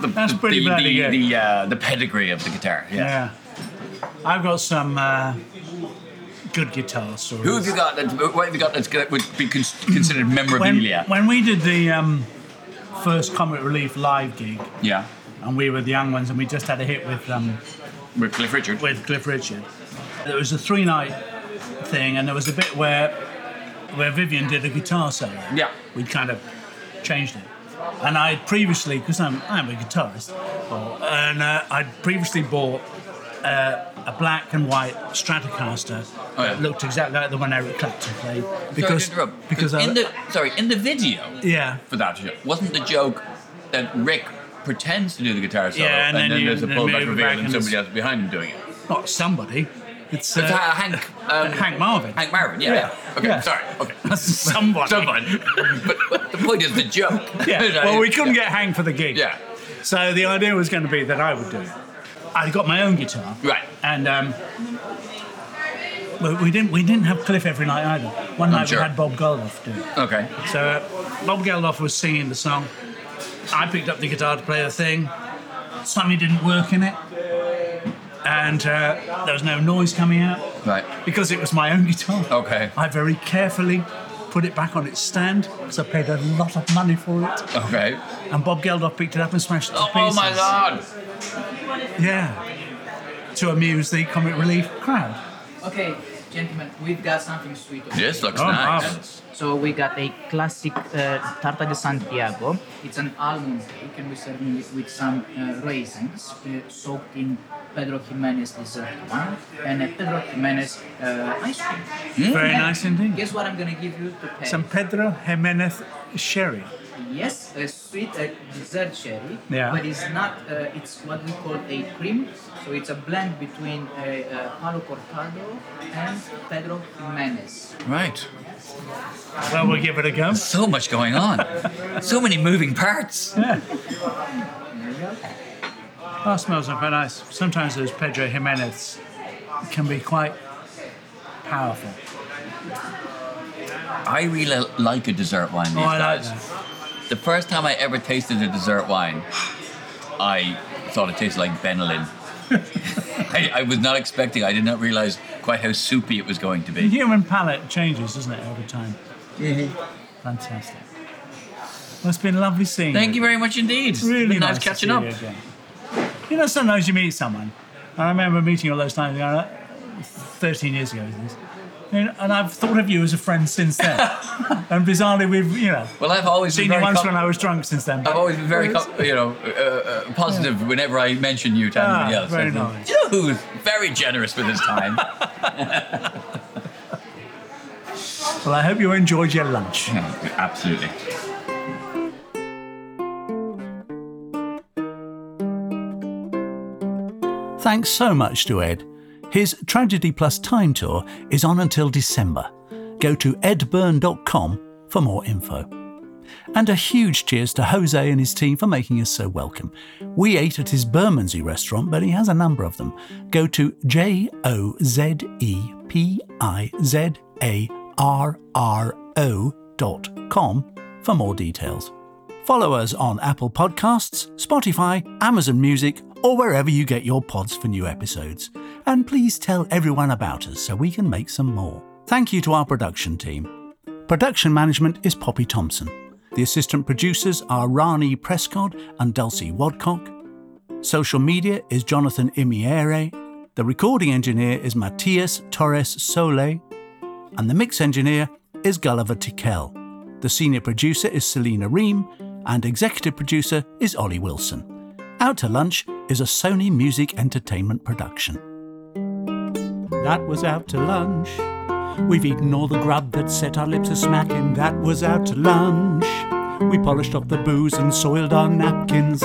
Speaker 4: the,
Speaker 2: That's
Speaker 4: the-
Speaker 2: pretty
Speaker 4: the,
Speaker 2: bloody
Speaker 4: the,
Speaker 2: good.
Speaker 4: the, uh, the pedigree of the guitar. Yeah.
Speaker 2: Yeah. I've got some uh, good guitar stories.
Speaker 4: Who have you got? That, what have you got that's that would be cons- considered
Speaker 2: when,
Speaker 4: memorabilia?
Speaker 2: when we did the um, first Comet Relief live gig,
Speaker 4: yeah,
Speaker 2: and we were the young ones, and we just had a hit with um,
Speaker 4: with Cliff Richard.
Speaker 2: with Cliff Richard. There was a three night thing, and there was a bit where where Vivian did a guitar solo.
Speaker 4: Yeah.
Speaker 2: we kind of changed it. And I previously, because I'm, I'm a guitarist, or- and uh, I'd previously bought uh, a black and white Stratocaster
Speaker 4: Oh, yeah.
Speaker 2: that looked exactly like the one Eric Clapton played.
Speaker 4: sorry, to interrupt.
Speaker 2: because I,
Speaker 4: in the sorry in the video
Speaker 2: yeah,
Speaker 4: for that show, wasn't the joke that Rick pretends to do the guitar solo
Speaker 2: Yeah, and then you-
Speaker 4: there's a
Speaker 2: then
Speaker 4: pullback
Speaker 2: move
Speaker 4: reveal
Speaker 2: back
Speaker 4: and
Speaker 2: and
Speaker 4: somebody
Speaker 2: it's-
Speaker 4: else behind him doing it.
Speaker 2: not somebody. It's, uh,
Speaker 4: It's, uh, Hank, um,
Speaker 2: Hank Marvin.
Speaker 4: Hank Marvin, yeah.
Speaker 2: Yeah,
Speaker 4: yeah. Okay,
Speaker 2: yeah.
Speaker 4: sorry.
Speaker 2: <laughs>
Speaker 4: Okay.
Speaker 2: Somebody.
Speaker 4: Someone. but, but the point is the joke.
Speaker 2: <laughs>
Speaker 4: <laughs>
Speaker 2: Yeah. Well, we couldn't
Speaker 4: Yeah.
Speaker 2: get Hank for the gig.
Speaker 4: Yeah.
Speaker 2: So the idea was going to be that I would do it. I got my own guitar.
Speaker 4: Right.
Speaker 2: And um, well, we didn't we didn't have Cliff every night either. One night
Speaker 4: sure.
Speaker 2: we had Bob Geldof do it.
Speaker 4: Okay.
Speaker 2: So uh, Bob Geldof was singing the song. I picked up the guitar to play the thing. Something didn't work in it, and uh, there was no noise coming out
Speaker 4: Right.
Speaker 2: because it was my own <laughs> guitar.
Speaker 4: Okay.
Speaker 2: I very carefully put it back on its stand because I paid a lot of money for it.
Speaker 4: Okay.
Speaker 2: And Bob Geldof picked it up and smashed it to
Speaker 4: Oh, oh
Speaker 2: pieces.
Speaker 4: my god.
Speaker 2: Yeah. To amuse the comic relief crowd.
Speaker 5: Okay, gentlemen, we've got something sweet. over
Speaker 4: This
Speaker 5: here.
Speaker 4: looks
Speaker 2: Oh,
Speaker 4: nice.
Speaker 5: So we got a classic uh, tarta de Santiago. It's an almond cake, and we're serving it with some uh, raisins uh, soaked in Pedro Jimenez dessert wine and a Pedro Jimenez uh, ice cream.
Speaker 2: Hmm? Very
Speaker 5: And
Speaker 2: nice indeed.
Speaker 5: Guess what I'm gonna give you to pay?
Speaker 2: San Pedro Jimenez sherry.
Speaker 5: Yes, a sweet uh, dessert cherry,
Speaker 2: Yeah.
Speaker 5: but it's not. Uh, it's what we call a cream. So it's a blend between a, uh Palo Cortado and Pedro Jimenez.
Speaker 4: Right.
Speaker 2: Well, we'll give it a go.
Speaker 4: So much going on. so many moving parts.
Speaker 2: That Oh, smells not very nice. Sometimes those Pedro Jimenez can be quite powerful.
Speaker 4: I really like a dessert wine these
Speaker 2: Oh, I like
Speaker 4: days.
Speaker 2: that.
Speaker 4: The first time I ever tasted a dessert wine, I thought it tasted like Benelin. <laughs> I, I was not expecting. I did not realize quite how soupy it was going to
Speaker 2: The
Speaker 4: be.
Speaker 2: human palate changes, doesn't it, over time? Fantastic. Well, it's been lovely seeing
Speaker 4: <laughs> Mm-hmm. Thank
Speaker 2: you.
Speaker 4: you very much indeed. It's
Speaker 2: Really
Speaker 4: been
Speaker 2: nice,
Speaker 4: nice,
Speaker 2: to
Speaker 4: catching
Speaker 2: see
Speaker 4: up.
Speaker 2: You, again. you know, sometimes you meet someone. I remember meeting all those times. uh, 13 years ago, isn't it? And, and I've thought of you as a friend since
Speaker 4: <laughs>
Speaker 2: then. and bizarrely, we've you know
Speaker 4: Well, I've always been
Speaker 2: seen you
Speaker 4: very
Speaker 2: once
Speaker 4: com-
Speaker 2: when I was drunk since then.
Speaker 4: I've
Speaker 2: But
Speaker 4: always been very, com- you know, uh, uh, positive whenever I mention you to
Speaker 2: Ah,
Speaker 4: anybody else.
Speaker 2: very
Speaker 4: I think,
Speaker 2: nice.
Speaker 4: "Do You know who's very generous with his time.
Speaker 2: well, I hope you enjoyed your lunch.
Speaker 4: Absolutely.
Speaker 1: Thanks so much to Ed. His Tragedy Plus Time Tour is on until December. Go to edburn.com for more info. And a huge cheers to Jose and his team for making us so welcome. We ate at his Bermondsey restaurant, but he has a number of them. Go to J O Z E P I Z A R R O dot com for more details. Follow us on Apple Podcasts, Spotify, Amazon Music, or wherever you get your pods for new episodes. And please tell everyone about us so we can make some more.
Speaker 2: Thank you to our production team. Production management is Poppy Thompson. The assistant producers are Rani Prescott and Dulcie Wadcock. Social media is Jonathan Imiere. The recording engineer is Matias Torres Sole. And the mix engineer is Gulliver Tickell. The senior producer is Selina Ream. And executive producer is Ollie Wilson. Out to Lunch is a Sony Music Entertainment production. That was Out to Lunch. We've eaten all the grub that set our lips a smacking. That was Out to Lunch. We polished off the booze and soiled our napkins.